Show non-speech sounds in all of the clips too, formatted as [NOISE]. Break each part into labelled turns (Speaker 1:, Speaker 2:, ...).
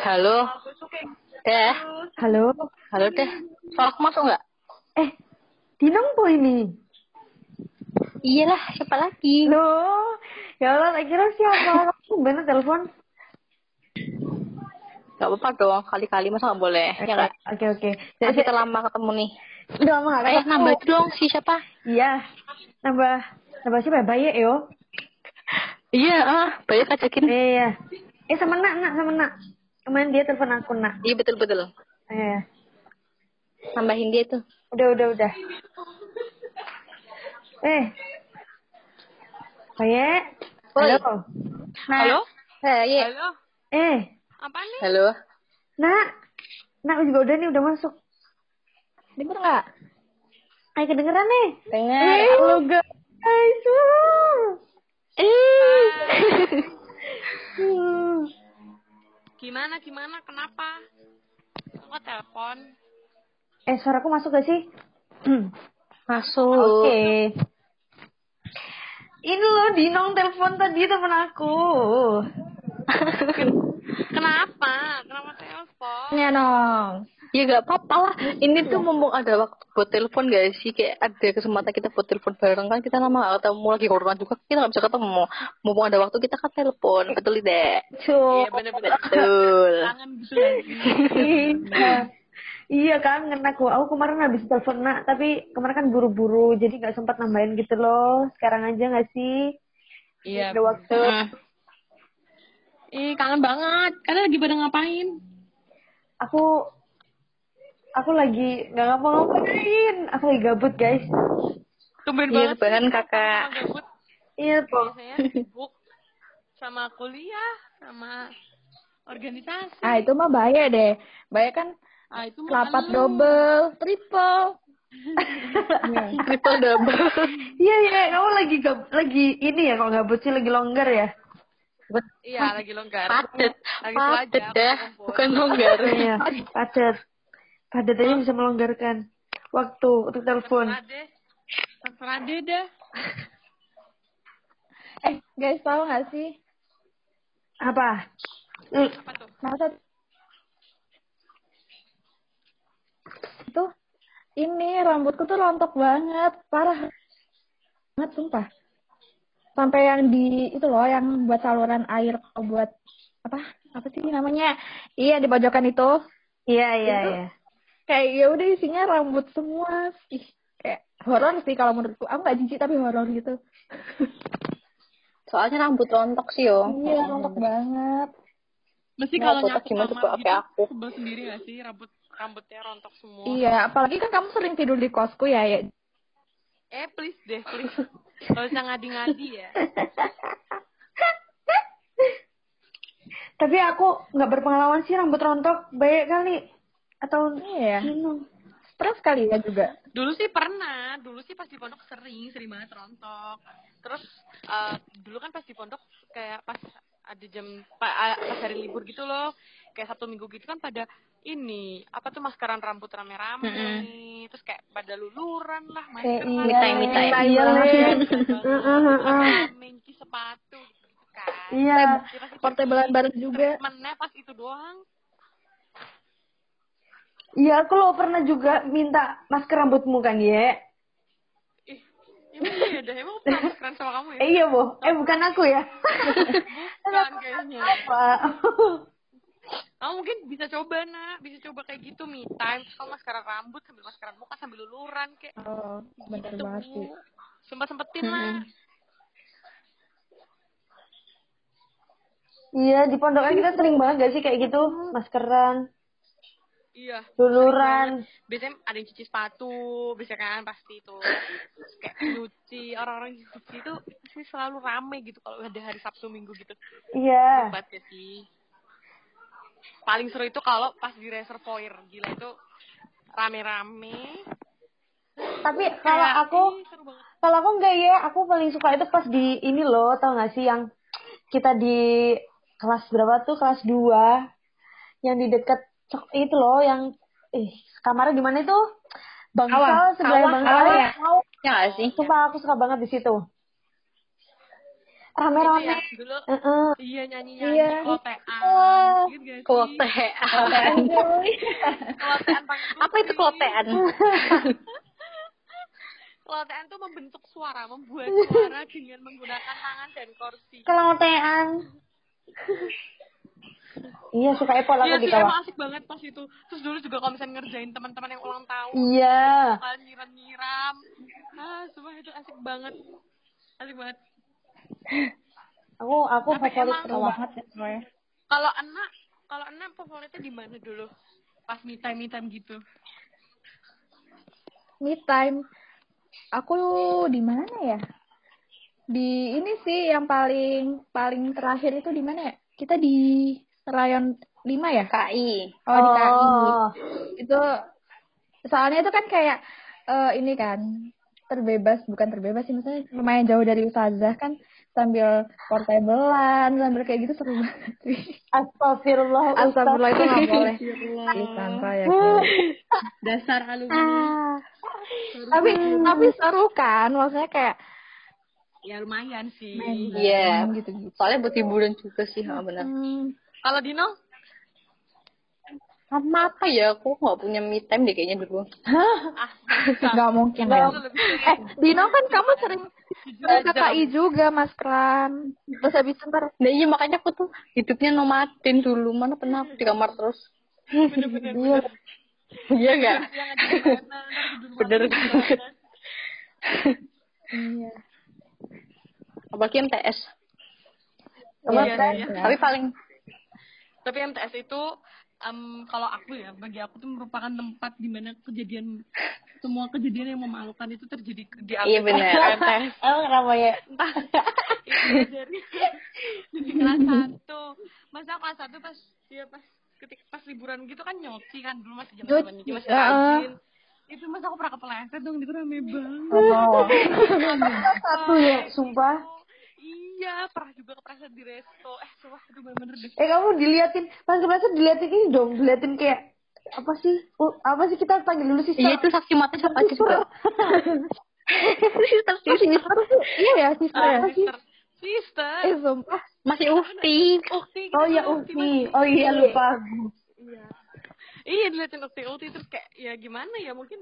Speaker 1: Halo. Teh.
Speaker 2: Halo.
Speaker 1: Halo, Teh. Solok masuk nggak?
Speaker 2: Eh, Dinong po ini.
Speaker 1: Iyalah, siapa lagi?
Speaker 2: Loh, ya Allah, tak kira siapa lagi bener telepon.
Speaker 1: Gak apa-apa dong, kali-kali masa nggak boleh.
Speaker 2: Eh,
Speaker 1: Ya nggak?
Speaker 2: Oke, oke.
Speaker 1: Kan
Speaker 2: Jadi,
Speaker 1: kita lama ketemu nih.
Speaker 2: udah lama nggak
Speaker 1: Eh,
Speaker 2: ketemu.
Speaker 1: nambah itu dong si siapa?
Speaker 2: Iya. Nambah, nambah siapa ya? Baye, yo.
Speaker 1: Iya, ah, banyak ajakin.
Speaker 2: Eh, Iya. Eh, sama nak, nak, sama nak. Kemarin dia telepon aku, nak.
Speaker 1: Iya, betul-betul.
Speaker 2: Eh,
Speaker 1: Nambahin dia tuh.
Speaker 2: udah, udah, udah. Eh. Baye.
Speaker 1: Oi.
Speaker 2: Halo. Nak.
Speaker 3: Halo?
Speaker 1: Eh, iya.
Speaker 3: Halo?
Speaker 2: Eh,
Speaker 3: Apa nih?
Speaker 1: Halo.
Speaker 2: nak. Nak juga udah nih, udah masuk.
Speaker 1: Dengar nggak?
Speaker 2: Ayo kedengeran nih.
Speaker 1: Dengar.
Speaker 2: Halo
Speaker 1: [LAUGHS]
Speaker 2: guys.
Speaker 3: Gimana gimana kenapa? Kok telepon?
Speaker 2: Eh suaraku masuk gak [CLEARS THROAT] sih?
Speaker 1: Masuk.
Speaker 2: Ini loh Dinong telepon tadi temen aku.
Speaker 3: Kenapa? Kenapa telepon?
Speaker 2: Iya,
Speaker 1: Ya dong. Ya gak apa-apa lah. Ini tuh mumpung ada waktu buat telepon gak sih? Kayak ada kesempatan kita buat telepon bareng kan. Kita lama gak ketemu lagi corona juga. Kita gak bisa ketemu. Mumpung ada waktu kita kan telepon. Betul tidak?
Speaker 2: Cuk.
Speaker 3: Iya bener-bener
Speaker 1: Betul.
Speaker 3: kangen gitu lagi.
Speaker 2: Iya. Iya kangen aku. Aku kemarin habis telepon nak, tapi kemarin kan buru-buru, jadi nggak sempat nambahin gitu loh. Sekarang aja nggak sih?
Speaker 3: Iya.
Speaker 2: Ada waktu.
Speaker 1: Hmm.
Speaker 3: Ih, kangen banget. Kalian lagi pada ngapain?
Speaker 2: Aku aku lagi nggak ngapa-ngapain. Aku lagi gabut guys.
Speaker 1: Iya
Speaker 3: Tumben banget.
Speaker 1: lebaran
Speaker 3: sama
Speaker 1: kakak.
Speaker 3: gabut.
Speaker 2: Iya po.
Speaker 3: Biasanya sibuk sama kuliah, sama organisasi.
Speaker 4: Ah itu mah bahaya deh. Bahaya kan
Speaker 3: Ah, itu mah
Speaker 4: kelapat
Speaker 3: lu.
Speaker 4: double,
Speaker 3: [LAUGHS]
Speaker 4: triple.
Speaker 1: Triple double.
Speaker 2: Iya iya, kamu lagi gab- lagi ini ya kalau gabut sih lagi longgar ya.
Speaker 3: Iya, lagi longgar.
Speaker 1: Padet.
Speaker 3: Lagi
Speaker 1: Padet
Speaker 3: pelajar,
Speaker 1: dah.
Speaker 3: kumpul.
Speaker 1: Bukan longgar.
Speaker 4: [LAUGHS]
Speaker 2: Iya, padat. Padat aja bisa melonggarkan waktu untuk telepon.
Speaker 3: Terserah deh. Terserah deh dah.
Speaker 4: Eh guys tahu nggak sih
Speaker 2: Apa? Eh,
Speaker 3: Apa tuh?
Speaker 4: masa tuh ini rambutku tuh rontok banget, parah banget sumpah. Sampai yang di itu loh yang buat saluran air kalau buat apa apa sih namanya? Iya di pojokan itu
Speaker 2: Iya iya iya.
Speaker 4: kayak ya udah isinya rambut semua. Ih, kayak horor sih kalau menurutku. Aku nggak jijik tapi horor gitu.
Speaker 1: Soalnya rambut rontok sih yo.
Speaker 4: Iya, rontok banget.
Speaker 3: Mesti
Speaker 1: Nah,
Speaker 3: kalau
Speaker 1: otak
Speaker 3: nyapu
Speaker 1: gimana
Speaker 3: kamar
Speaker 1: tuh, pakai
Speaker 3: gitu,
Speaker 1: aku?
Speaker 3: sebel sendiri gak sih rambut rambutnya rontok semua?
Speaker 4: Iya, apalagi kan kamu sering tidur di kosku ya, ya.
Speaker 3: Eh please deh
Speaker 1: [LAUGHS]
Speaker 3: please, gak usah ngadi-ngadi ya.
Speaker 2: Tapi aku nggak berpengalaman sih rambut rontok baik kali atau
Speaker 4: Iya.
Speaker 2: minum.
Speaker 4: Stres kali ya juga.
Speaker 3: Dulu sih pernah, dulu sih pas di pondok sering, sering banget rontok. Terus eh, dulu kan pas di pondok kayak pas ada jam pa- a- pas hari libur gitu loh, kayak satu minggu gitu kan pada ini apa tuh maskaran rambut rame-rame, terus kayak pada luluran lah, maskeran,
Speaker 1: Mitai-mitai.
Speaker 2: Iya, iya. [LAUGHS]
Speaker 3: rame, cuci sepatu gitu kan.
Speaker 2: Iya.
Speaker 3: Ya, pas itu
Speaker 4: Portablean bareng juga.
Speaker 3: treatmentnya pas itu doang.
Speaker 2: Iya, aku lo pernah juga minta masker rambutmu kan, ya?
Speaker 3: Ih, emang iya dah, emang aku pernah keren sama kamu ya?
Speaker 2: Eh, iya, Bo. Eh, bukan aku ya.
Speaker 3: Jangan kayaknya.
Speaker 2: Apa?
Speaker 3: Kamu Ah, mungkin bisa coba, nak. Bisa coba kayak gitu, me time. Terus kamu maskara rambut sambil maskaran muka sambil luluran kayak
Speaker 4: Oh, bener
Speaker 3: gitu.
Speaker 4: banget sih.
Speaker 3: Sempet-sempetin lah.
Speaker 2: Iya, di pondokan kita sering banget gak sih kayak gitu? Maskeran,
Speaker 3: Iya.
Speaker 2: luluran.
Speaker 3: Biasanya ada yang cuci sepatu, biasanya kan pasti itu. Terus kayak nyuci, orang-orang nyuci itu sih selalu rame gitu kalau ada hari Sabtu Minggu gitu.
Speaker 2: Iya.
Speaker 3: Hebat ya sih. Paling seru itu kalau pas di reservoir. Gila itu rame-rame.
Speaker 2: Tapi kalau
Speaker 3: Kayak,
Speaker 2: aku,
Speaker 3: ih, seru banget.
Speaker 2: kalau aku enggak ya, aku paling suka itu pas di ini loh, tau gak sih yang kita di kelas berapa tuh, kelas 2. Yang di dekat cok- itu loh, yang eh kamarnya di mana itu? Bangsal, sebelah
Speaker 4: Kawah,
Speaker 2: Bangsal.
Speaker 1: [LAUGHS]
Speaker 4: kawah ya?
Speaker 1: Ya gak sih?
Speaker 2: Sumpah aku suka banget di situ.
Speaker 3: Itu
Speaker 2: rame-rame.
Speaker 3: ya, dulu
Speaker 2: Heeh.
Speaker 3: iya nyanyi
Speaker 4: Iya.
Speaker 3: nyanyi klotean
Speaker 4: Wah.
Speaker 3: gitu gak sih? Nah,
Speaker 1: Klotean.
Speaker 3: Klotean pakai
Speaker 1: Apa itu
Speaker 3: kuping.
Speaker 1: klotean?
Speaker 3: Klotean tuh membentuk suara, membuat suara dengan menggunakan tangan dan kursi.
Speaker 2: Kelotean. iya, suka epol aku
Speaker 3: Iya
Speaker 2: di
Speaker 3: sih,
Speaker 2: kawah.
Speaker 3: emang asik banget pas itu. Terus dulu juga kalau misalnya ngerjain teman-teman yang ulang tahun,
Speaker 2: Iya.
Speaker 3: kalian nyiram-nyiram. Ah, semua itu asik banget. Asik banget.
Speaker 2: Aku aku
Speaker 3: Tapi
Speaker 2: favorit
Speaker 3: emang-
Speaker 2: kawah.
Speaker 4: banget ya semuanya.
Speaker 3: Kalau enak, kalau enak favoritnya di mana dulu? Pas me time me time gitu.
Speaker 4: Me time. Aku di mana ya? Di ini sih yang paling paling terakhir itu di mana ya? Kita di rayon 5 ya?
Speaker 1: KI.
Speaker 4: Oh, di KI.
Speaker 2: Oh.
Speaker 4: Itu soalnya itu kan kayak eh, ini kan terbebas bukan terbebas sih maksudnya lumayan jauh dari ustazah kan sambil portablean sambil kayak gitu seru [LAUGHS] banget
Speaker 2: Astagfirullah. Ustaz.
Speaker 4: Astagfirullah itu nggak boleh Ih, sampah ya Kak.
Speaker 3: Dasar alumni.
Speaker 4: tapi tapi seru kan maksudnya kayak
Speaker 3: Ya lumayan sih.
Speaker 1: Iya. Hmm,
Speaker 4: gitu gitu
Speaker 1: Soalnya buat hiburan juga sih, ha, benar.
Speaker 3: Kalau Dino,
Speaker 1: Sama apa ya? Aku nggak punya me time deh kayaknya dulu.
Speaker 3: ah,
Speaker 4: nggak mungkin
Speaker 3: Dino
Speaker 4: ya
Speaker 3: tuh lebih sering
Speaker 4: eh Dino kan kamu sering sering ke KI juga mas Kran terus habis itu ntar
Speaker 1: Nah iya makanya aku tuh hidupnya nomaden dulu. Mana pernah aku di kamar terus.
Speaker 3: bener-bener.
Speaker 1: Iya. Iya nggak?
Speaker 3: Yang ada di mana, ntar di rumah.
Speaker 1: Bener banget.
Speaker 4: iya
Speaker 1: Apalagi MTS.
Speaker 3: Iya,
Speaker 4: Mas Kran.
Speaker 3: iya.
Speaker 1: Tapi paling
Speaker 3: Tapi MTS itu em, kalau aku ya, bagi aku tuh merupakan tempat di mana kejadian semua kejadian yang memalukan itu terjadi di aku.
Speaker 1: Iya, bener. [LAUGHS]
Speaker 3: MTS.
Speaker 2: Emang kenapa ya?
Speaker 3: Entah. Itu dari dari kelas satu. Masa kelas satu pas dia pas ketik pas liburan gitu kan nyoti kan dulu masih zaman zaman
Speaker 4: Nyoti,
Speaker 3: masih
Speaker 4: ya.
Speaker 3: rajin. Itu masa aku pernah kepeleset dong itu rame banget.
Speaker 4: Oh.
Speaker 1: [LAUGHS]
Speaker 2: Satu ya, sumpah.
Speaker 3: Iya, pernah juga kepleset di resto. Eh, sumpah itu bener-bener deh.
Speaker 2: Eh kamu diliatin, pas kemarin diliatin ini dong, diliatin kayak apa sih? Oh, apa sih kita panggil dulu sih?
Speaker 1: iya itu saksi mata siapa aja juga. Sister, sister.
Speaker 4: iya ya sister ya
Speaker 3: Ah, sister. Sister.
Speaker 4: eh [LAUGHS] sumpah [LAUGHS]
Speaker 1: Masih ukti.
Speaker 3: Ukti. kita
Speaker 2: Oh ya
Speaker 3: dulu
Speaker 2: Ufi,
Speaker 3: masih-
Speaker 2: oh iya lupa.
Speaker 3: Iya diliatin Ukti Ukti terus kayak ya gimana ya mungkin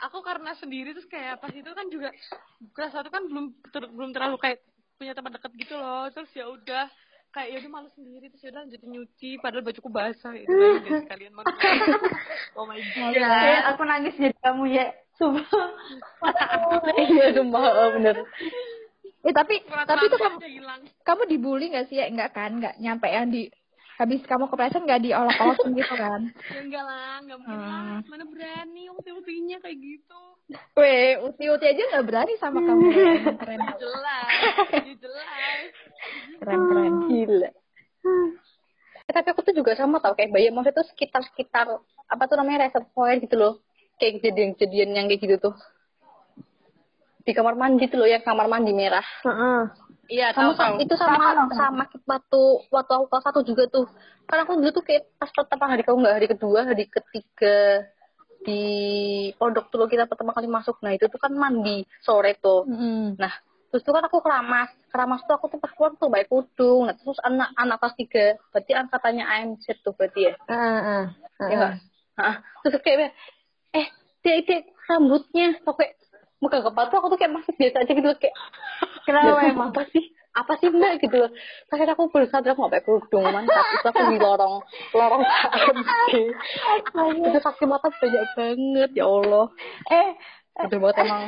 Speaker 3: aku karena sendiri terus kayak pas itu kan juga kelas satu kan belum ter- belum terlalu kayak punya teman dekat gitu loh terus ya udah kayak ya udah malu sendiri terus yaudah lanjutin nyuci padahal bajuku basah itu kan kalian
Speaker 2: [LAUGHS]
Speaker 3: oh my god
Speaker 2: Ya, aku nangis jadi kamu ya. Sumpah.
Speaker 1: Iya sumpah oh, bener.
Speaker 4: eh tapi tapi itu kamu
Speaker 3: Rasa-rasanya hilang
Speaker 4: kamu dibully nggak sih ya enggak kan nggak nyampe yang di habis kamu kepleset nggak diolok-olokin gitu kan
Speaker 3: ya enggak lah enggak mungkin lah
Speaker 2: Hmm.
Speaker 3: mana berani Ukti Uktinya kayak
Speaker 2: [LAUGHS]
Speaker 3: gitu
Speaker 4: [LAUGHS] Weh, uti-uti aja nggak berani sama kamu. Keren,
Speaker 3: Ya jelas ya jelas
Speaker 4: keren, keren.
Speaker 1: Gila. Eh, tapi aku tuh juga sama tau kayak Bayu maksudnya tuh sekitar-sekitar apa tuh namanya reservoir gitu loh. Kayak kejadian-kejadian yang kayak gitu tuh. Di kamar mandi tuh loh yang kamar mandi merah.
Speaker 2: Heeh.
Speaker 1: Iya,
Speaker 2: Kamu
Speaker 1: tahu
Speaker 2: sama-
Speaker 1: tahu. Itu sama sama, waktu waktu aku kelas satu juga tuh. Karena aku dulu tuh kayak pas pertama hari kamu nggak hari kedua, hari ketiga di pondok tuh loh, kita pertama kali masuk. Nah itu tuh kan mandi sore tuh.
Speaker 4: Hmm.
Speaker 1: Nah terus tuh kan aku keramas, keramas tuh aku tuh pas keluar tuh baik kudung. Nah terus anak anak kelas tiga, berarti angkatannya AMZ tuh berarti ya.
Speaker 2: Heeh.
Speaker 1: Ya nggak? Heeh. Terus kayak eh dia dia rambutnya tuh kayak muka kepala tuh aku tuh kayak masih biasa aja gitu kayak
Speaker 2: [LAUGHS] Kenapa
Speaker 1: Ya,
Speaker 2: emang?
Speaker 1: apa sih apa sih mbak gitu loh Terus akhirnya aku bersadar aku nggak pakai kerudung mantap itu aku di lorong lorong
Speaker 2: [LAUGHS]
Speaker 1: KMD itu kaki mata banyak banget ya Allah
Speaker 2: Eh,
Speaker 1: udah banget emang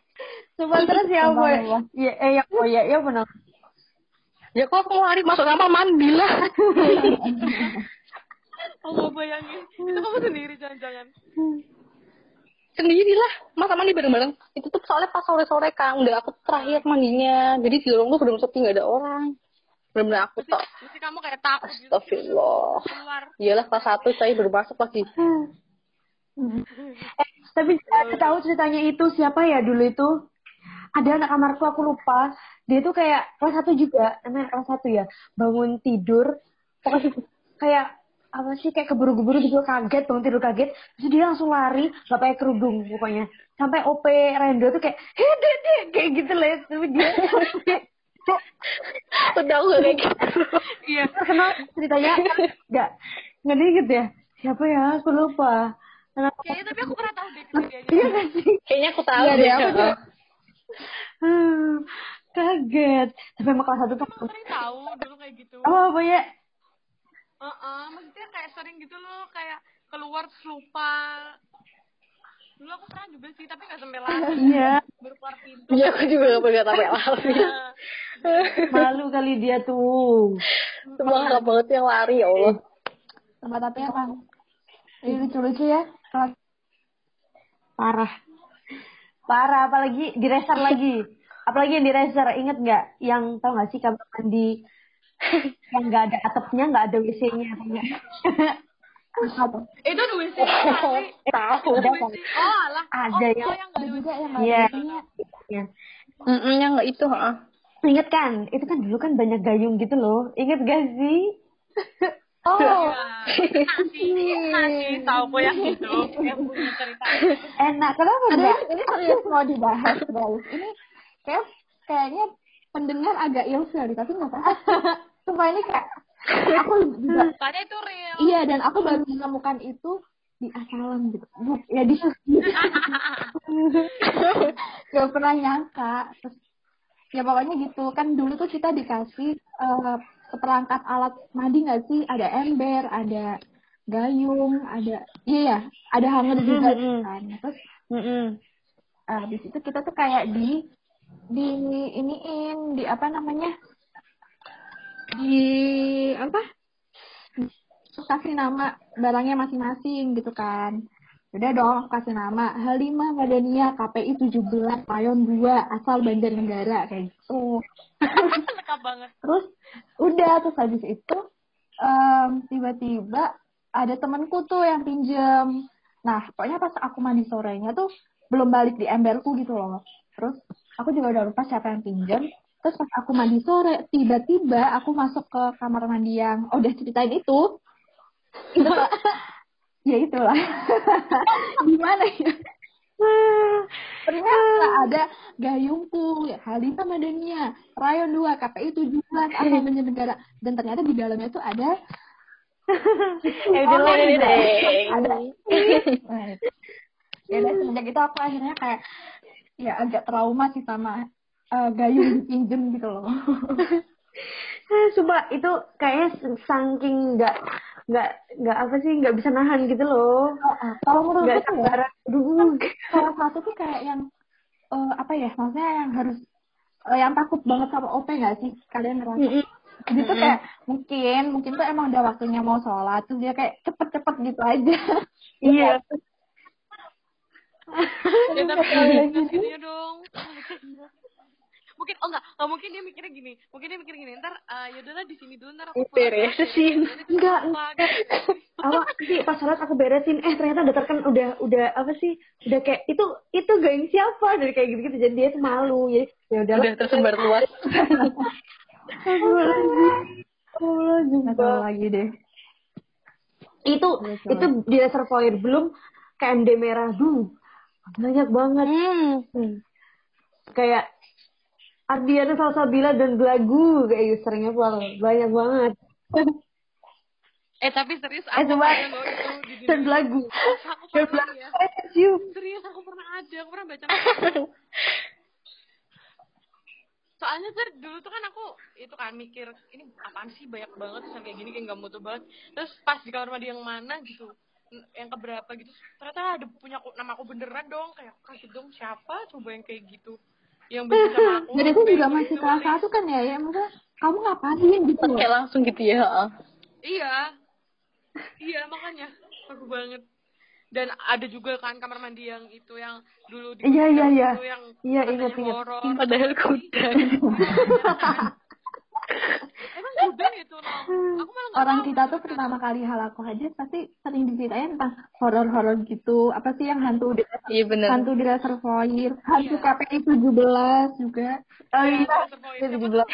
Speaker 2: [LAUGHS] sumpah terus ya boy. Ya, eh ya boy ya, ya benar.
Speaker 1: ya kok aku lari masuk kamar mandi lah
Speaker 3: Oh mau bayangin Itu kamu sendiri jangan-jangan
Speaker 1: sendiri lah masa mandi bareng-bareng itu tuh soalnya pas sore-sore kan udah aku terakhir mandinya jadi di lorong tuh belum sepi nggak ada orang benar-benar aku tok
Speaker 3: Mesti kamu kayak takut gitu
Speaker 1: Astagfirullah
Speaker 3: keluar
Speaker 1: iyalah kelas satu saya baru masuk lagi
Speaker 2: Eh, tapi ada tahu ceritanya itu siapa ya dulu itu? Ada anak kamarku aku lupa. Dia tuh kayak kelas satu juga, anak kelas satu ya. Bangun tidur, pokoknya kayak apa sih kayak keburu-buru gitu kaget bangun tidur kaget terus dia langsung lari gak pakai kerudung pokoknya sampai OP Rendo tuh kayak hei dede kayak gitu loh tapi dia
Speaker 1: udah aku
Speaker 2: Ya
Speaker 1: gak kayak gitu
Speaker 3: Iya.
Speaker 2: Karena [LAUGHS] ceritanya nggak nggak diinget ya. Siapa ya? Aku lupa. Kenapa?
Speaker 3: Kayaknya tapi aku pernah tahu deh kejadiannya.
Speaker 2: Iya nggak sih?
Speaker 1: kayaknya aku tahu
Speaker 4: Iya deh, aku juga.
Speaker 2: Hmm, kaget. Tapi emang kelas satu
Speaker 3: Aku
Speaker 2: tuh.
Speaker 3: sering tahu dulu kayak gitu.
Speaker 2: Oh, apa ya?
Speaker 3: Heeh, maksudnya kayak sering gitu loh, kayak keluar terus lupa. Dulu aku pernah juga sih, tapi nggak sampai lari.
Speaker 4: [LAUGHS]
Speaker 2: Iya.
Speaker 3: Baru keluar pintu.
Speaker 1: iya aku juga gak pernah tahu yang lari
Speaker 3: Nah,
Speaker 2: Malu kali dia tuh.
Speaker 1: semua nggak banget yang lari ya Allah
Speaker 4: tempat apa ya bang Ih, lucu-lucu ya kelas
Speaker 2: Parah. Parah, apalagi di racer lagi. Apalagi yang di racer, inget nggak? Yang tau nggak sih kamar mandi yang nggak ada atapnya, nggak ada WC-nya. tau nggak?
Speaker 4: apa
Speaker 3: itu dulu sih. pasti.
Speaker 1: tahu
Speaker 3: Dulu sih. Oh, alah.
Speaker 2: Ada
Speaker 3: oh,
Speaker 2: yang-
Speaker 3: oh, yang nggak
Speaker 4: ada
Speaker 3: dulu
Speaker 4: juga
Speaker 3: sih.
Speaker 4: yang
Speaker 2: kan? Iya.
Speaker 4: ada isinya.
Speaker 2: Ya.
Speaker 1: Mm-mm, yang nggak itu heeh.
Speaker 2: Ingat kan? Itu kan dulu kan banyak gayung gitu loh. Ingat gak sih?
Speaker 4: oh
Speaker 3: Masih, masih Iya. tahu kok yang itu. Yang punya cerita.
Speaker 2: Enak, kenapa
Speaker 4: ada
Speaker 2: enggak?
Speaker 4: ini serius mau dibahas guys ini kayak kayaknya pendengar agak ill sekali tapi nggak apa-apa Sumpah ini kayak aku juga
Speaker 3: Karena itu real.
Speaker 4: iya dan aku baru menemukan itu di asalan gitu Bu- ya di [LAUGHS] gak pernah nyangka Terus, ya pokoknya gitu kan dulu tuh kita dikasih eh, perangkat alat mandi nggak sih ada ember ada gayung ada iya ya ada hanger juga kan terus eh, habis itu kita tuh kayak di di iniin di apa namanya di apa terus kasih nama barangnya masing-masing gitu kan udah dong aku kasih nama Halimah Madania KPI 17 Payon 2 asal Banjarnegara kayak gitu
Speaker 3: Lengkap banget.
Speaker 4: terus udah terus habis itu em, tiba-tiba ada temanku tuh yang pinjem nah pokoknya pas aku mandi sorenya tuh belum balik di emberku gitu loh terus aku juga udah lupa siapa yang pinjem terus pas aku mandi sore tiba-tiba aku masuk ke kamar mandi yang oh, udah ceritain itu itu Gitu. [LAUGHS] ya itulah [LAUGHS] gimana ya ternyata
Speaker 2: Ah.
Speaker 4: ada gayungku Halimah Madania Rayon 2 KPI 17
Speaker 2: Eh.
Speaker 4: asal Banjarnegara dan ternyata di dalamnya tuh
Speaker 2: [LAUGHS]
Speaker 4: ada
Speaker 2: Ya udah lah, ini deh.
Speaker 4: ada Nah,
Speaker 2: [LAUGHS]
Speaker 4: itu. ya udah semenjak itu aku akhirnya kayak ya agak trauma sih sama eh, gayung pinjem
Speaker 2: [LAUGHS]
Speaker 4: gitu loh
Speaker 2: Eh, Sumpah, itu kayaknya saking nggak nggak nggak apa sih nggak bisa nahan gitu loh
Speaker 4: kalau menurut
Speaker 2: nggak
Speaker 4: aku ya,
Speaker 2: sabar [LAUGHS] dulu
Speaker 4: salah satu tuh kayak yang eh, apa ya maksudnya yang harus eh, yang takut banget sama OP nggak sih kalian ngerasa Jadi tuh kayak mungkin mungkin tuh emang udah waktunya mau sholat terus dia kayak cepet-cepet gitu aja [LAUGHS]
Speaker 2: iya
Speaker 3: Ya,
Speaker 2: [LAUGHS]
Speaker 3: tapi kasihnya ya dong. Mungkin oh enggak, oh, mungkin dia mikirnya gini. Mungkin dia mikir gini, ntar eh, yaudahlah di sini dulu ntar aku
Speaker 1: beresin
Speaker 2: ya, enggak
Speaker 3: pulang. Gitu.
Speaker 2: awak sih pas sholat aku beresin eh ternyata udah terken udah udah apa sih udah kayak itu itu gayung siapa dari kayak gitu gitu jadi dia tuh malu jadi ya udah
Speaker 1: udah tersebar luas
Speaker 2: [LAUGHS]
Speaker 4: nggak tahu lagi deh
Speaker 2: itu itu di reservoir belum KMD merah dulu banyak banget Hmm. kayak Ardiana Salsabila dan Belagu kayak usernya follow banyak banget
Speaker 3: Eh tapi serius
Speaker 2: eh
Speaker 3: aku
Speaker 2: coba
Speaker 3: pernah loh itu di dunia.
Speaker 2: dan Belagu
Speaker 3: Aku pernah ya.
Speaker 2: I miss you
Speaker 3: Serius aku pernah ada, aku pernah baca. Soalnya ter dulu tuh kan aku itu kan mikir ini apaan sih banyak banget terus yang kayak gini kayak nggak mutu banget. Terus pas di kamar mandi yang mana gitu n- yang keberapa gitu ternyata ada punya aku, nama aku beneran dong kayak aku kaget dong siapa coba yang kayak gitu yang benci sama aku
Speaker 4: dan itu juga
Speaker 3: kayak
Speaker 4: masih
Speaker 3: gitu.
Speaker 4: kelas satu kan ya ya maksudnya kamu ngapain gitu loh
Speaker 1: kayak langsung gitu ya heeh.
Speaker 3: Iya. Iya, makanya. Aku banget. Dan ada juga kan kamar mandi yang itu yang dulu di
Speaker 2: Iya, iya, iya.
Speaker 3: itu yang
Speaker 2: Iya,
Speaker 3: katanya
Speaker 2: ingat, ingat.
Speaker 3: horor.
Speaker 1: padahal kuda
Speaker 3: [LAUGHS] Emang kudan itu, Nong? Aku malah nggak
Speaker 4: orang
Speaker 3: tahu
Speaker 4: kita tuh
Speaker 3: itu.
Speaker 4: pertama kali halako aja pasti sering diceritain tentang horor-horor gitu apa sih yang hantu di
Speaker 1: iya benar
Speaker 4: hantu di reservoir hantu KPI 17 juga
Speaker 2: Iya. oh
Speaker 3: Yang
Speaker 2: iya
Speaker 3: reservoir
Speaker 2: Dia
Speaker 3: itu,
Speaker 2: tujuh belas.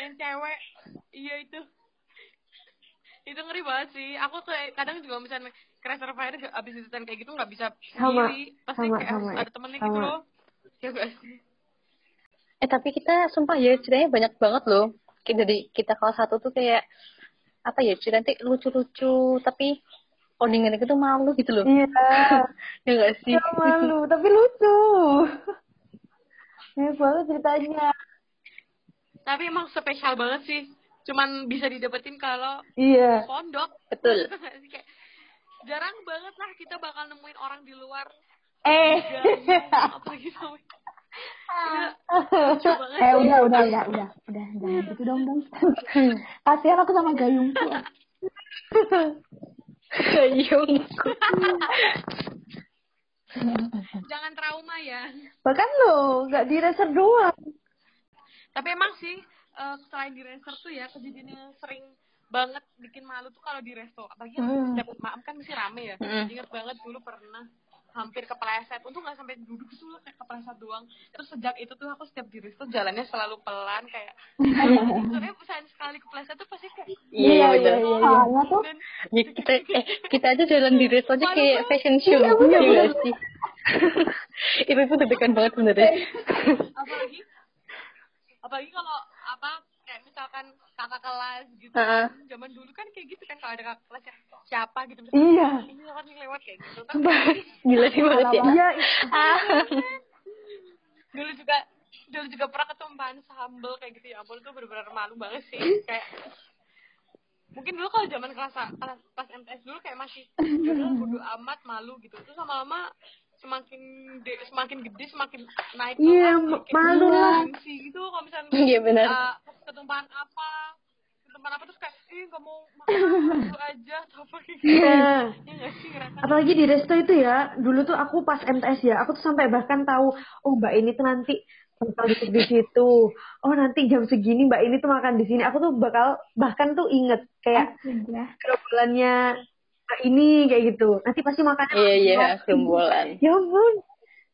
Speaker 3: yang cewek. Iya, itu. itu ngeri banget sih. Aku kayak kadang juga misalnya ke reservoir abis itu kayak gitu nggak bisa
Speaker 2: Sama,
Speaker 3: sendiri. Pasti
Speaker 2: sama,
Speaker 3: kayak harus
Speaker 2: sama.
Speaker 3: ada temennya gitu
Speaker 2: Sama.
Speaker 3: loh. Ya, guys.
Speaker 1: Eh tapi kita sumpah ya ceritanya banyak banget loh. Kayak dari kita kelas satu tuh kayak apa ya cerita nanti lucu-lucu tapi codingan itu malu gitu loh.
Speaker 2: Iya.
Speaker 1: Ya enggak sih?
Speaker 2: Gak Iya, malu, tapi lucu. Ini banget ceritanya.
Speaker 3: Tapi emang spesial banget sih. Cuman bisa didapetin kalau
Speaker 2: Iya.
Speaker 3: pondok. [LAUGHS]
Speaker 1: Betul.
Speaker 3: Kayak jarang banget lah kita bakal nemuin orang di luar
Speaker 2: Eh.
Speaker 3: dan ngomong apa gitu. Iya, lucu banget
Speaker 2: eh
Speaker 3: sih.
Speaker 2: udah udah udah udah udah jangan gitu dong dong. Kasihan aku sama gayungku.
Speaker 1: Gayungku.
Speaker 3: Jangan trauma ya.
Speaker 2: Bahkan lo nggak di racer doang.
Speaker 3: Tapi emang sih eh, selain di restoran tuh ya kejadian yang sering banget bikin malu tuh kalau di resto. Apalagi
Speaker 2: Hmm.
Speaker 3: yang dapat maaf kan mesti rame ya.
Speaker 1: Hmm.
Speaker 3: Ingat banget dulu pernah hampir kepleset. Untung nggak sampai duduk tuh kayak kepleset doang. Terus sejak itu tuh aku setiap di resto jalannya selalu pelan
Speaker 2: [LAUGHS]
Speaker 3: kayak. Soalnya pesan sekali kepleset tuh pasti kayak.
Speaker 1: [LAUGHS] Iya, bener.
Speaker 2: Soalnya tuh
Speaker 3: Dan
Speaker 1: Ya, kita eh kita aja jalan di resto aja kayak fashion show. Iya
Speaker 2: bener,
Speaker 1: enggak sih? [LAUGHS] itu tuh deg-degan banget sebenarnya.
Speaker 3: apalagi apalagi kalau apa kayak misalkan kakak kelas gitu
Speaker 1: Heeh.
Speaker 3: zaman dulu kan kayak gitu kan kalau ada kakak kelas ya siapa gitu misalkan
Speaker 2: iya.
Speaker 3: ini lewat ini lewat kayak gitu kan
Speaker 1: Gila sih banget ya.
Speaker 2: Iya.
Speaker 1: Ah.
Speaker 3: dulu juga dulu juga pernah ketemu Hans Humble kayak gitu ya ampun itu benar-benar malu banget sih kayak mungkin dulu kalau zaman kelas kelas pas MTs dulu kayak masih dulu bodo amat malu gitu terus lama-lama semakin de- semakin gede semakin naik
Speaker 2: Iya,
Speaker 3: doang, kayak
Speaker 2: malu lah.
Speaker 3: gengsi gitu kalau misalnya
Speaker 2: [LAUGHS]
Speaker 1: Iya, benar.
Speaker 3: eh, ketumpahan apa ketumpahan apa terus kayak ih nggak mau makan itu aja atau apa kayak gitu
Speaker 2: Iya.
Speaker 3: ya nggak sih ngerasa
Speaker 2: Apalagi di resto itu ya, dulu tuh aku pas MTS ya, aku tuh sampai bahkan tahu, oh mbak ini tuh nanti bakal duduk di situ, oh nanti jam segini mbak ini tuh makan di sini, aku tuh bakal bahkan tuh inget kayak
Speaker 4: Sudah.
Speaker 2: gerombolannya mbak ini kayak gitu, nanti pasti makan.
Speaker 1: Iya, iya, gerombolan.
Speaker 2: Ya ampun,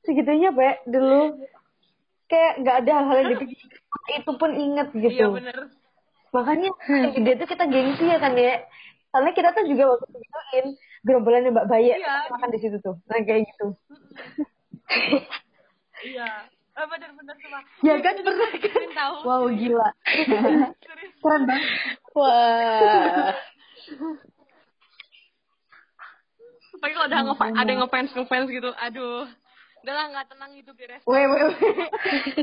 Speaker 2: segitunya Mbak dulu. Kayak nggak ada hal-hal yang dipikir. Itu pun inget gitu.
Speaker 3: iya bener
Speaker 2: Makanya yang gede tuh kita gengsi ya kan ya. Soalnya kita tuh juga waktu gituin gerombolannya Mbak Baye
Speaker 3: Iya.
Speaker 2: makan di situ tuh. Nah kayak gitu.
Speaker 3: iya Eh, bener-bener semua
Speaker 2: Ya kan pernah kan.
Speaker 3: Pengen tahu
Speaker 2: Wow gila. [LAUGHS]
Speaker 3: serius
Speaker 2: Keren banget.
Speaker 1: Wah.
Speaker 3: Tapi kalau ada ngefa- ada yang ngefans ngefans gitu, aduh, udah lah nggak tenang hidup di resto.
Speaker 2: Weh weh weh.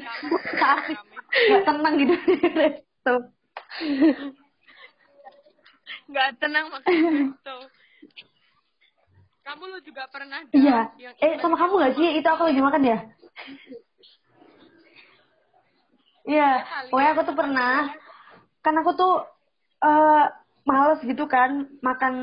Speaker 3: Ramai, ramai.
Speaker 2: Gak tenang gitu [LAUGHS] di resto.
Speaker 3: Nggak tenang makan di
Speaker 2: [LAUGHS]
Speaker 3: resto. Kamu lu juga pernah ada
Speaker 2: Iya.
Speaker 3: yang
Speaker 2: Eh sama kamu gak sih itu aku lagi makan ya? Iya, pokoknya aku tuh pernah, kan aku tuh eh males gitu kan, makan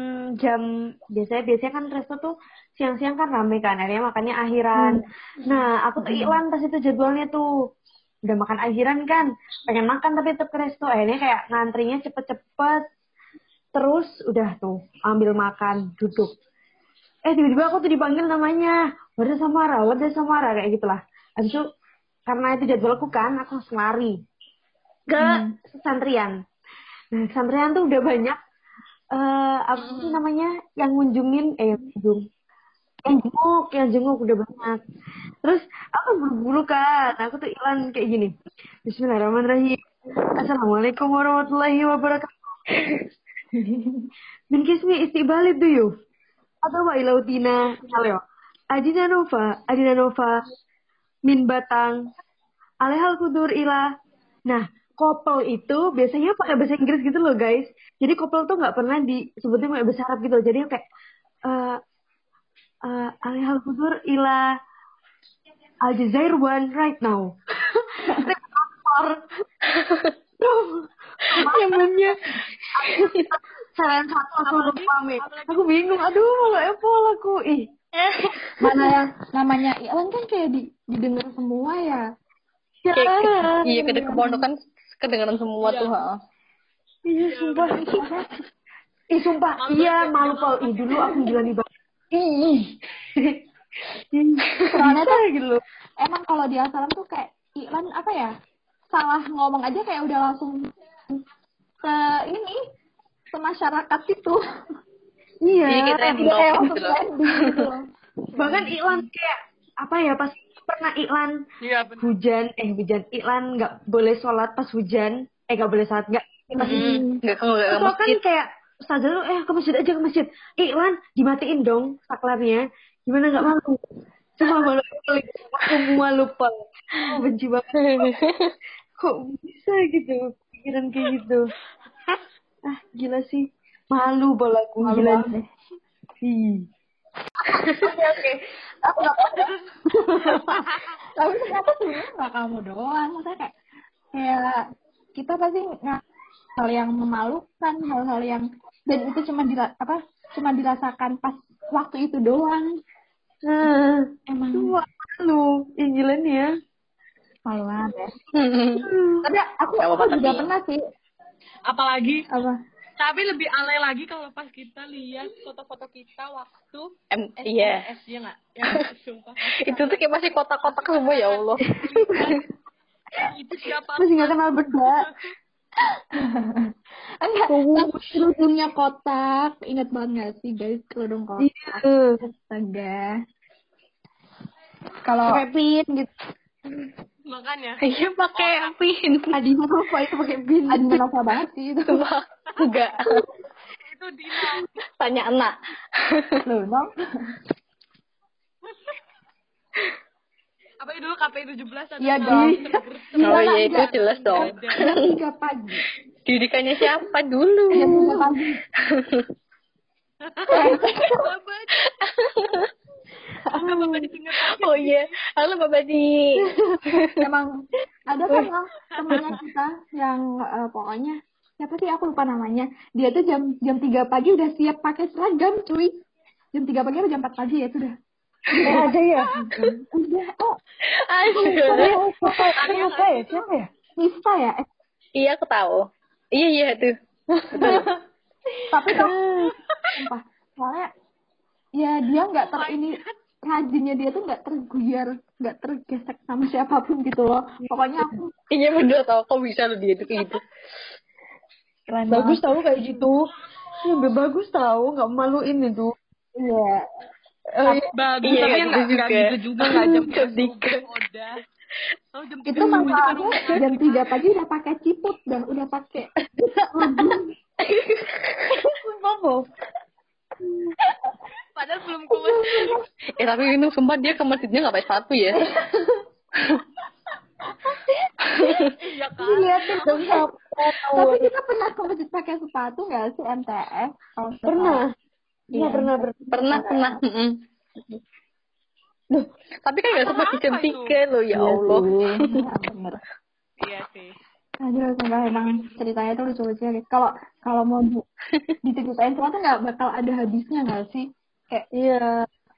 Speaker 2: jam, biasanya biasanya kan resto tuh siang-siang kan rame kan, akhirnya makannya akhiran.
Speaker 3: Hmm.
Speaker 2: Nah, aku tuh hilang pas itu jadwalnya tuh. Udah makan akhiran kan, pengen makan tapi tetap ke resto, akhirnya kayak ngantrinya cepet-cepet. Terus udah tuh, ambil makan, duduk. Eh tiba-tiba aku tuh dipanggil namanya, wadah Samara, wadah Samara, kayak gitulah. Habis itu, karena itu jadwalku kan, aku harus lari ke pesantren. Nah, pesantren tuh udah banyak eh apa sih namanya yang ngunjungin eh yang ngunjung yang jenguk, yang jenguk udah banyak. Terus aku buru-buru kan, aku tuh ilan kayak gini. Bismillahirrahmanirrahim. Assalamualaikum warahmatullahi wabarakatuh. [LAUGHS] Min kismi istiqbalid duyuf. Atau wa ilautina. Aleo. Adina Nova, Adina Nova. Min batang, Alehal kudur ila. Nah, kopel itu biasanya pakai bahasa Inggris gitu loh guys. Jadi kopel tuh nggak pernah disebutnya pakai bahasa Arab gitu. Jadi kayak eh eh, alehal kudur ila Al Jazair one right now. [LAUGHS] Kita kotor.
Speaker 1: Namanya
Speaker 2: Saran satu aku lupa Mi. Aku bingung. Aduh, mau Apple aku. Ih,
Speaker 4: Mana yang namanya Ilan kan kayak di, didengar semua ya.
Speaker 1: kayak iya ke kepondokan kedengaran semua tuh, ha.
Speaker 2: Iya, sumpah. [LAUGHS] Ih, sumpah. iya, malu pol. Ih, dulu [LAUGHS] aku gila nih, Bang. [LAUGHS]
Speaker 4: Soalnya tuh
Speaker 2: gitu.
Speaker 4: Emang kalau di Al-Salam tuh kayak Ilan apa ya? Salah ngomong aja kayak udah langsung ke ini ke masyarakat itu.
Speaker 2: Iya.
Speaker 1: Jadi kita yang
Speaker 4: Udah kayak
Speaker 1: menopang
Speaker 4: langsung
Speaker 1: gitu loh.
Speaker 4: trending gitu loh.
Speaker 2: Bahkan Ilan kayak apa ya pas pernah iklan
Speaker 3: Iya, bener.
Speaker 2: hujan eh hujan iklan nggak boleh sholat pas hujan eh nggak boleh sholat nggak pas
Speaker 1: Hmm, nggak kan nggak
Speaker 2: Atau kan
Speaker 1: masjid.
Speaker 2: kayak ustazah lu eh ke masjid aja ke masjid iklan dimatiin dong saklarnya gimana nggak malu cuma malu aku mau lupa Aku benci banget kok bisa gitu pikiran kayak gitu ah gila sih malu bola aku
Speaker 4: Malu
Speaker 2: gila
Speaker 4: banget deh.
Speaker 2: Ih.
Speaker 4: tapi ternyata sebenarnya nggak kamu doang maksudnya kayak kayak kita pasti nggak hal yang memalukan hal-hal yang dan itu cuma dira, apa cuma dirasakan pas waktu itu doang
Speaker 2: ah
Speaker 4: emang
Speaker 2: cuma malu Ih, gila nih ya
Speaker 4: malu banget ya
Speaker 2: Hmm.
Speaker 4: tapi aku,
Speaker 1: Nggak apa-apa,
Speaker 4: aku juga
Speaker 1: tapi-
Speaker 4: pernah sih
Speaker 3: Apalagi,
Speaker 4: apa
Speaker 3: tapi lebih aneh lagi kalau pas kita lihat foto-foto kita waktu
Speaker 1: Em, iya.
Speaker 3: SMS, ya nggak? Ya,
Speaker 2: [LAUGHS]
Speaker 3: sumpah.
Speaker 1: Itu tuh kayak masih kotak-kotak semua ya Allah.
Speaker 3: Itu siapa?
Speaker 2: masih nggak kenal beda
Speaker 4: enggak yang kerudungnya kotak ingat banget nggak sih guys kerudung kotak
Speaker 2: iya
Speaker 4: astaga kalau
Speaker 2: pakai pin gitu
Speaker 3: Makanya.
Speaker 1: Iya pakai pin.
Speaker 2: Adi Nova itu pakai pin
Speaker 4: Adi Nova banget sih gitu? itu
Speaker 1: Sumpah. Enggak.
Speaker 3: Itu Dina.
Speaker 1: Tanya anak.
Speaker 4: loh nom
Speaker 3: Apa itu dulu KPI 17 ada
Speaker 4: Iya,
Speaker 3: yang
Speaker 4: dong.
Speaker 3: terbur-
Speaker 1: Oh
Speaker 4: Gimana
Speaker 1: iya itu
Speaker 4: enggak?
Speaker 1: jelas dong.
Speaker 3: ada.
Speaker 4: jam tiga pagi
Speaker 1: Didikannya siapa
Speaker 4: jam
Speaker 1: dulu?
Speaker 4: tiga pagi
Speaker 3: Apa aja? Apa didengar lagi?
Speaker 1: [LAUGHS] Oh iya, halo Bapak Di.
Speaker 4: emang ada kan loh temannya kita yang eh, pokoknya siapa sih aku lupa namanya dia tuh jam jam tiga pagi udah siap pakai seragam cuy jam tiga pagi atau jam empat pagi ya itu udah
Speaker 2: ada ya
Speaker 4: udah oh
Speaker 1: Aduh.
Speaker 2: oh, siapa ya siapa ya
Speaker 4: Nista ya eh,
Speaker 1: Iya aku tahu. Iya iya tuh.
Speaker 4: tapi kok sumpah soalnya ya dia nggak ter ini rajinnya dia tuh nggak terguyar nggak tergesek sama siapapun gitu loh pokoknya aku
Speaker 1: Iya bener tau kok bisa loh dia tuh kayak gitu.
Speaker 4: keren
Speaker 2: bagus tahu kayak gitu ya udah bagus tahu nggak maluin itu
Speaker 4: iya
Speaker 2: Eh,
Speaker 3: Bagus,
Speaker 1: Iya,
Speaker 3: tapi
Speaker 1: nggak
Speaker 3: nggak
Speaker 1: gitu
Speaker 3: nggak
Speaker 1: juga.
Speaker 3: gitu juga nggak jam
Speaker 1: Jam tiga.
Speaker 3: Udah. Oh, jam
Speaker 4: itu
Speaker 3: tiga juga
Speaker 4: masalahnya
Speaker 3: kan.
Speaker 4: jam tiga pagi udah pakai ciput udah udah pakai
Speaker 3: Padahal belum
Speaker 4: [LAUGHS]
Speaker 3: keluar.
Speaker 1: Eh tapi ini sumpah dia ke masjidnya nggak pakai sepatu ya.
Speaker 3: Iya kan?
Speaker 4: dilihatin dong tapi kita pernah ke masjid pakai sepatu nggak sih MTF Kalau nggak
Speaker 2: pernah
Speaker 4: Iya.
Speaker 2: iya pernah pernah
Speaker 1: Pernah pernah. Mm-mm. Duh, tapi kan nggak sempat di jam
Speaker 3: Apa itu?
Speaker 1: tiga loh ya Allah.
Speaker 4: salah. Iya, bener.
Speaker 3: Iya sih.
Speaker 4: Aduh, sumpah emang ceritanya tuh lucu-lucu ya. Kalau kalau mau bu- diceritain semua tuh nggak bakal ada habisnya nggak sih? Kayak
Speaker 2: iya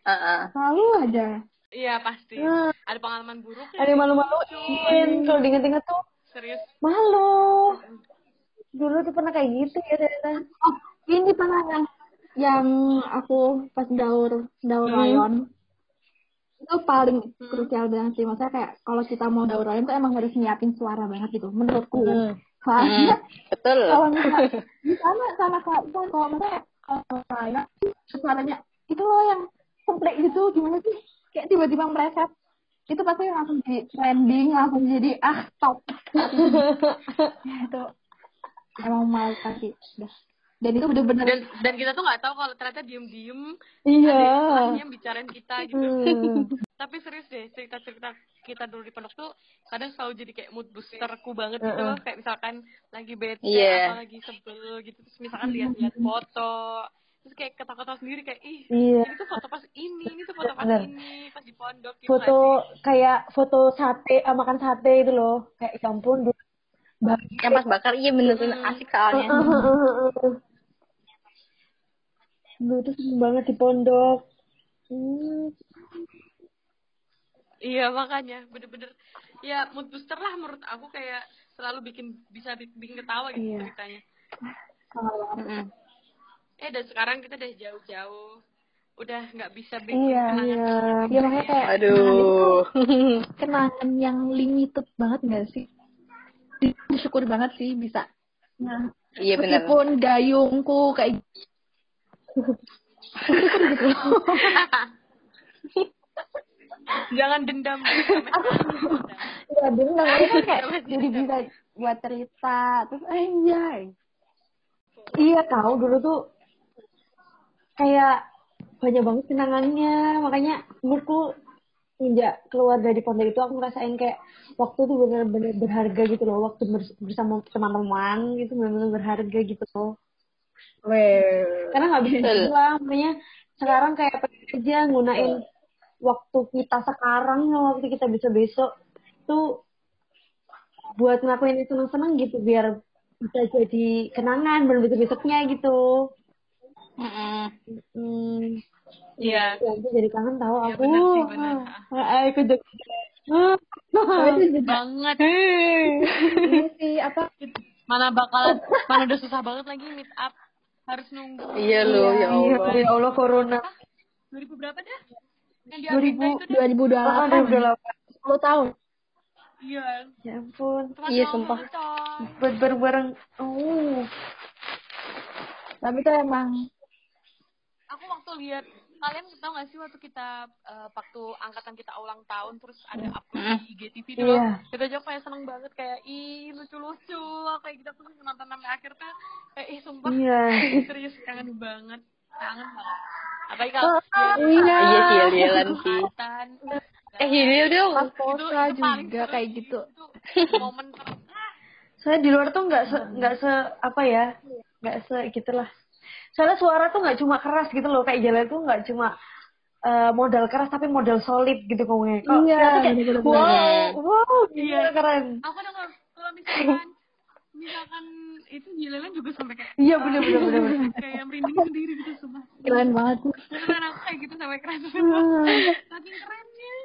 Speaker 1: Heeh.
Speaker 4: selalu aja.
Speaker 3: Iya pasti.
Speaker 2: Hmm.
Speaker 3: Ada pengalaman buruk
Speaker 2: ada yang malu-maluin kalau diinget-inget tuh
Speaker 3: serius.
Speaker 2: malu dulu tuh pernah kayak gitu ya ternyata
Speaker 4: Oh, ini pernah yang yang aku pas daur daur Hmm. rayon itu paling krusial banget sih. Maksudnya kayak kalau kita mau daur rayon tuh emang harus nyiapin suara banget gitu. Menurutku.
Speaker 1: Mm,
Speaker 4: Soalnya
Speaker 1: Betul.
Speaker 4: kalau misalnya sama sama kayak Iwan, kalau misalnya eh, kalau saya Nah, suaranya itu loh yang semprek gitu gimana sih kayak tiba-tiba mereset itu pasti langsung jadi trending langsung jadi ah top
Speaker 2: [LAUGHS]
Speaker 4: Ya, itu emang malu sih Udah. dan itu bener-bener
Speaker 3: Dan dan kita tuh nggak tahu kalau ternyata diem-diem
Speaker 2: iya Hmm.
Speaker 3: setelahnya bicarain kita gitu. Tapi serius deh cerita-cerita kita dulu di pondok tuh kadang selalu jadi kayak mood boosterku banget gitu loh. Kayak misalkan lagi bete
Speaker 1: Iya.
Speaker 3: atau lagi sebel gitu. Terus misalkan
Speaker 2: Iya.
Speaker 3: lihat-lihat foto terus kayak ketakutan sendiri kayak ih
Speaker 2: Iya.
Speaker 3: ini tuh foto pas ini ini tuh foto pas
Speaker 2: Bener.
Speaker 3: ini pas di pondok gitu
Speaker 2: foto
Speaker 3: nggak
Speaker 2: kayak foto sate
Speaker 4: eh,
Speaker 2: ah, makan sate
Speaker 4: gitu
Speaker 2: itu loh kayak ya ampun dulu
Speaker 1: Yang pas bakar iya bener-bener asik soalnya.
Speaker 2: dulu tuh seneng banget di pondok Hmm,
Speaker 3: Iya makanya bener-bener ya mood booster lah menurut aku kayak selalu bikin bisa bi- bikin ketawa
Speaker 2: Iya.
Speaker 3: gitu ceritanya.
Speaker 1: Mm-mm.
Speaker 3: Eh dan sekarang kita udah jauh-jauh udah nggak bisa bikin
Speaker 2: iya
Speaker 3: kenangan.
Speaker 2: iya iya makanya kayak
Speaker 1: Aduh.
Speaker 4: kenangan yang limited banget gak sih bersyukur banget sih bisa nah
Speaker 1: Iya benar.
Speaker 4: meskipun dayungku kayak gitu,
Speaker 3: Jangan dendam.
Speaker 4: Iya bener, ini kan kayak jadi bisa buat cerita, terus anjay.
Speaker 2: Iya tahu dulu tuh kayak banyak banget kenangannya makanya menurutku sejak keluar dari pondok itu aku ngerasain kayak waktu tuh bener-bener berharga gitu loh waktu bers- bersama teman-teman gitu bener-bener berharga gitu loh
Speaker 4: Weh.
Speaker 2: karena nggak bisa
Speaker 1: Betul.
Speaker 2: dibilang makanya sekarang kayak pengen aja gunain waktu kita sekarang sama waktu kita bisa besok tuh buat ngelakuin yang seneng-seneng gitu biar bisa jadi kenangan buat besok-besoknya gitu
Speaker 1: Mm-mm.
Speaker 2: hmm.
Speaker 3: Iya.
Speaker 2: Ya, aku jadi kangen tahu
Speaker 3: Iya,
Speaker 2: aku.
Speaker 3: benar sih, benar.
Speaker 2: Ah, ah, aku juga. Ah,
Speaker 4: Tapi itu juga
Speaker 3: Banget.
Speaker 4: ini sih apa
Speaker 3: Mana bakalan, mana udah susah banget lagi meet up. Harus nunggu.
Speaker 1: Iya lo, ya Allah.
Speaker 2: ya Allah corona.
Speaker 3: 2000 berapa dah? Yang di Amerika itu
Speaker 4: 2000
Speaker 3: dah.
Speaker 4: 2028
Speaker 2: Ah, udah lama.
Speaker 4: 10 tahun.
Speaker 3: Iya.
Speaker 2: Ya ampun.
Speaker 3: Cuma
Speaker 1: Iya,
Speaker 3: doang
Speaker 1: sumpah.
Speaker 3: nonton.
Speaker 2: Buat bareng-bareng. Oh.
Speaker 4: Tapi itu emang
Speaker 3: aku waktu lihat kalian tau gak sih waktu kita eh, waktu angkatan kita ulang tahun terus ada upload di IGTV dulu
Speaker 2: Iya.
Speaker 3: kita juga kayak seneng banget kayak ih lucu-lucu kayak kita tuh nonton sampai akhir tuh kayak ih sumpah
Speaker 2: Iya.
Speaker 3: serius kangen banget kangen banget apalagi kalau
Speaker 4: iya.
Speaker 1: Iya sih, yelan sih.
Speaker 3: kesehatan
Speaker 1: Eh, ini dong.
Speaker 4: Pas posa
Speaker 3: paling
Speaker 4: juga
Speaker 3: seru
Speaker 4: kayak
Speaker 3: sih.
Speaker 4: gitu.
Speaker 3: Itu momen ter- ah,
Speaker 2: Saya di luar tuh nggak se- nggak se apa ya? Nggak se gitulah. Soalnya suara tuh nggak cuma keras gitu loh, kayak jalan tuh nggak cuma eh, modal keras tapi modal solid gitu ngomongnya. Kok
Speaker 4: Iya,
Speaker 2: ternyata kayak,
Speaker 4: bener-bener.
Speaker 2: wow, wow, gila keren.
Speaker 3: aku udah kalau kalau misalkan misalkan itu Yelan juga sampai kayak
Speaker 2: [LAUGHS] Iya bener bener bener. bener.
Speaker 3: kayak merinding sendiri gitu sumpah
Speaker 4: keren banget.
Speaker 3: beneran aku kayak gitu sampai kerasa saking kerennya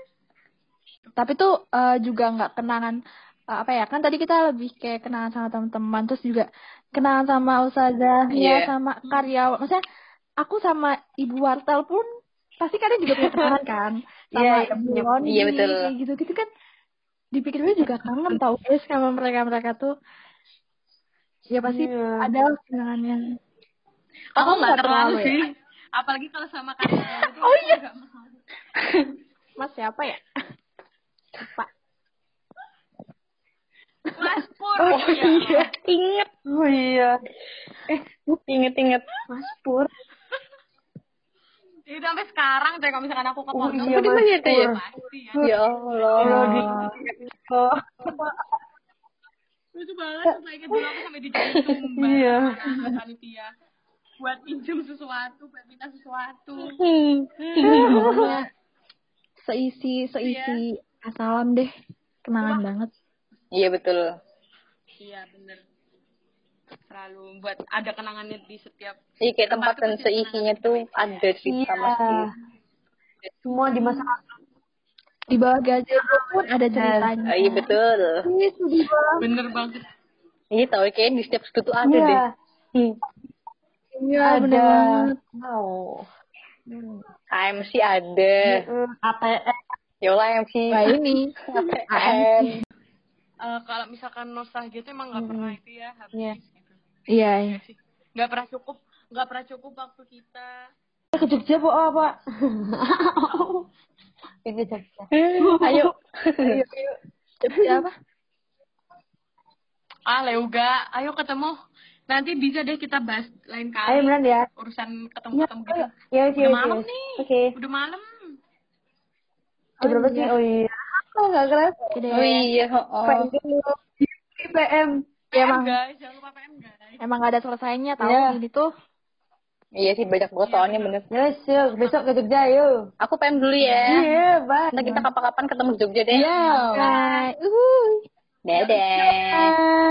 Speaker 4: Tapi tuh eh, juga nggak kenangan eh, apa ya kan tadi kita lebih kayak kenangan sama teman-teman terus juga kenangan sama ustazahnya
Speaker 1: Iya.
Speaker 4: sama karyawan maksudnya aku sama ibu wartel pun pasti kalian juga punya kenangan [LAUGHS] kan sama
Speaker 2: Iya, iya,
Speaker 4: ibu
Speaker 2: punya.
Speaker 4: Roni
Speaker 1: Iya, betul.
Speaker 4: kayak gitu gitu kan dipikirnya juga kangen tau guys sama mereka mereka tuh ya pasti
Speaker 2: Iya.
Speaker 4: ada kenangan yang
Speaker 3: aku nggak
Speaker 4: nggak
Speaker 3: terlalu
Speaker 4: terlalu ya.
Speaker 3: sih apalagi kalau sama kakaknya itu
Speaker 4: Oh,
Speaker 3: aku
Speaker 4: iya.
Speaker 3: nggak mau.
Speaker 4: mas siapa ya
Speaker 3: mas pur
Speaker 2: Oh,
Speaker 3: Ya
Speaker 2: iya.
Speaker 3: Allah.
Speaker 1: Ingat,
Speaker 2: Oh iya.
Speaker 1: inget-inget.
Speaker 2: Mas Pur.
Speaker 3: itu sampai sekarang coy kalau misalkan aku ke
Speaker 2: Oh,
Speaker 3: pondok
Speaker 2: iya,
Speaker 3: pasti
Speaker 2: Mas
Speaker 1: Iya,
Speaker 2: Pur.
Speaker 1: iya.
Speaker 3: pasti ya
Speaker 1: Ya Allah.
Speaker 2: Iya. Oh,
Speaker 3: lucu banget sampai ingat dulu aku sampai dijadiin tumba
Speaker 2: Iya.
Speaker 3: sama panitia buat pinjam sesuatu buat minta sesuatu
Speaker 4: Pokoknya [LAUGHS] seisi seisi asalam deh kenangan banget
Speaker 1: Iya betul.
Speaker 3: iya bener selalu buat ada kenangannya di setiap
Speaker 1: Iya kayak tempat dan seisinya tuh ada cerita
Speaker 2: Iya.
Speaker 1: pasti.
Speaker 2: semua di masa
Speaker 4: di bawah gajah pun ada ceritanya
Speaker 1: Iya betul.
Speaker 4: Ih, sedih banget.
Speaker 3: bener banget
Speaker 1: Iya tau kayak di setiap sudut tuh ada deh.
Speaker 2: Iya.
Speaker 1: Hmm.
Speaker 4: Iya, bener
Speaker 2: ada.
Speaker 4: banget.
Speaker 2: Wow.
Speaker 1: AMC ada. Ya
Speaker 2: Mm, ATM.
Speaker 1: Yola MC.
Speaker 4: Wah, ini
Speaker 1: AN.
Speaker 3: Eh, kalau misalkan nostalgia itu emang nggak pernah itu ya habis
Speaker 4: Iya.
Speaker 3: gitu
Speaker 4: iya iya.
Speaker 3: sih nggak pernah cukup nggak pernah cukup waktu kita
Speaker 2: Ke Jogja bu oh, apa? Ini Jogja.
Speaker 1: Ayo.
Speaker 4: Jogja apa
Speaker 3: ah Leuga ayo ketemu nanti bisa deh kita bahas lain kali
Speaker 2: Ayo beneran ya.
Speaker 3: urusan ketemu ketemu gitu
Speaker 2: Ya,
Speaker 3: udah malam nih
Speaker 2: Oke.
Speaker 4: Iya.
Speaker 3: udah malam
Speaker 2: Jam berapa sih? Oh iya. Aku nggak keras.
Speaker 4: Gede.
Speaker 1: Oh iya. Oh.
Speaker 2: PM.
Speaker 4: Iya,
Speaker 3: PM
Speaker 4: Bang.
Speaker 3: guys jangan lupa PM guys
Speaker 4: emang gak ada selesainya tahu
Speaker 2: Iya.
Speaker 4: ini tuh
Speaker 1: Iya sih banyak banget soalnya bener.
Speaker 2: Yes, yuk. Besok ke Jogja yuk.
Speaker 1: Aku pengen dulu ya.
Speaker 2: Iya, bye.
Speaker 1: Nanti kita kapan-kapan ketemu di Jogja deh.
Speaker 4: Bye. Uhuy.
Speaker 1: Dadah.
Speaker 2: Bye.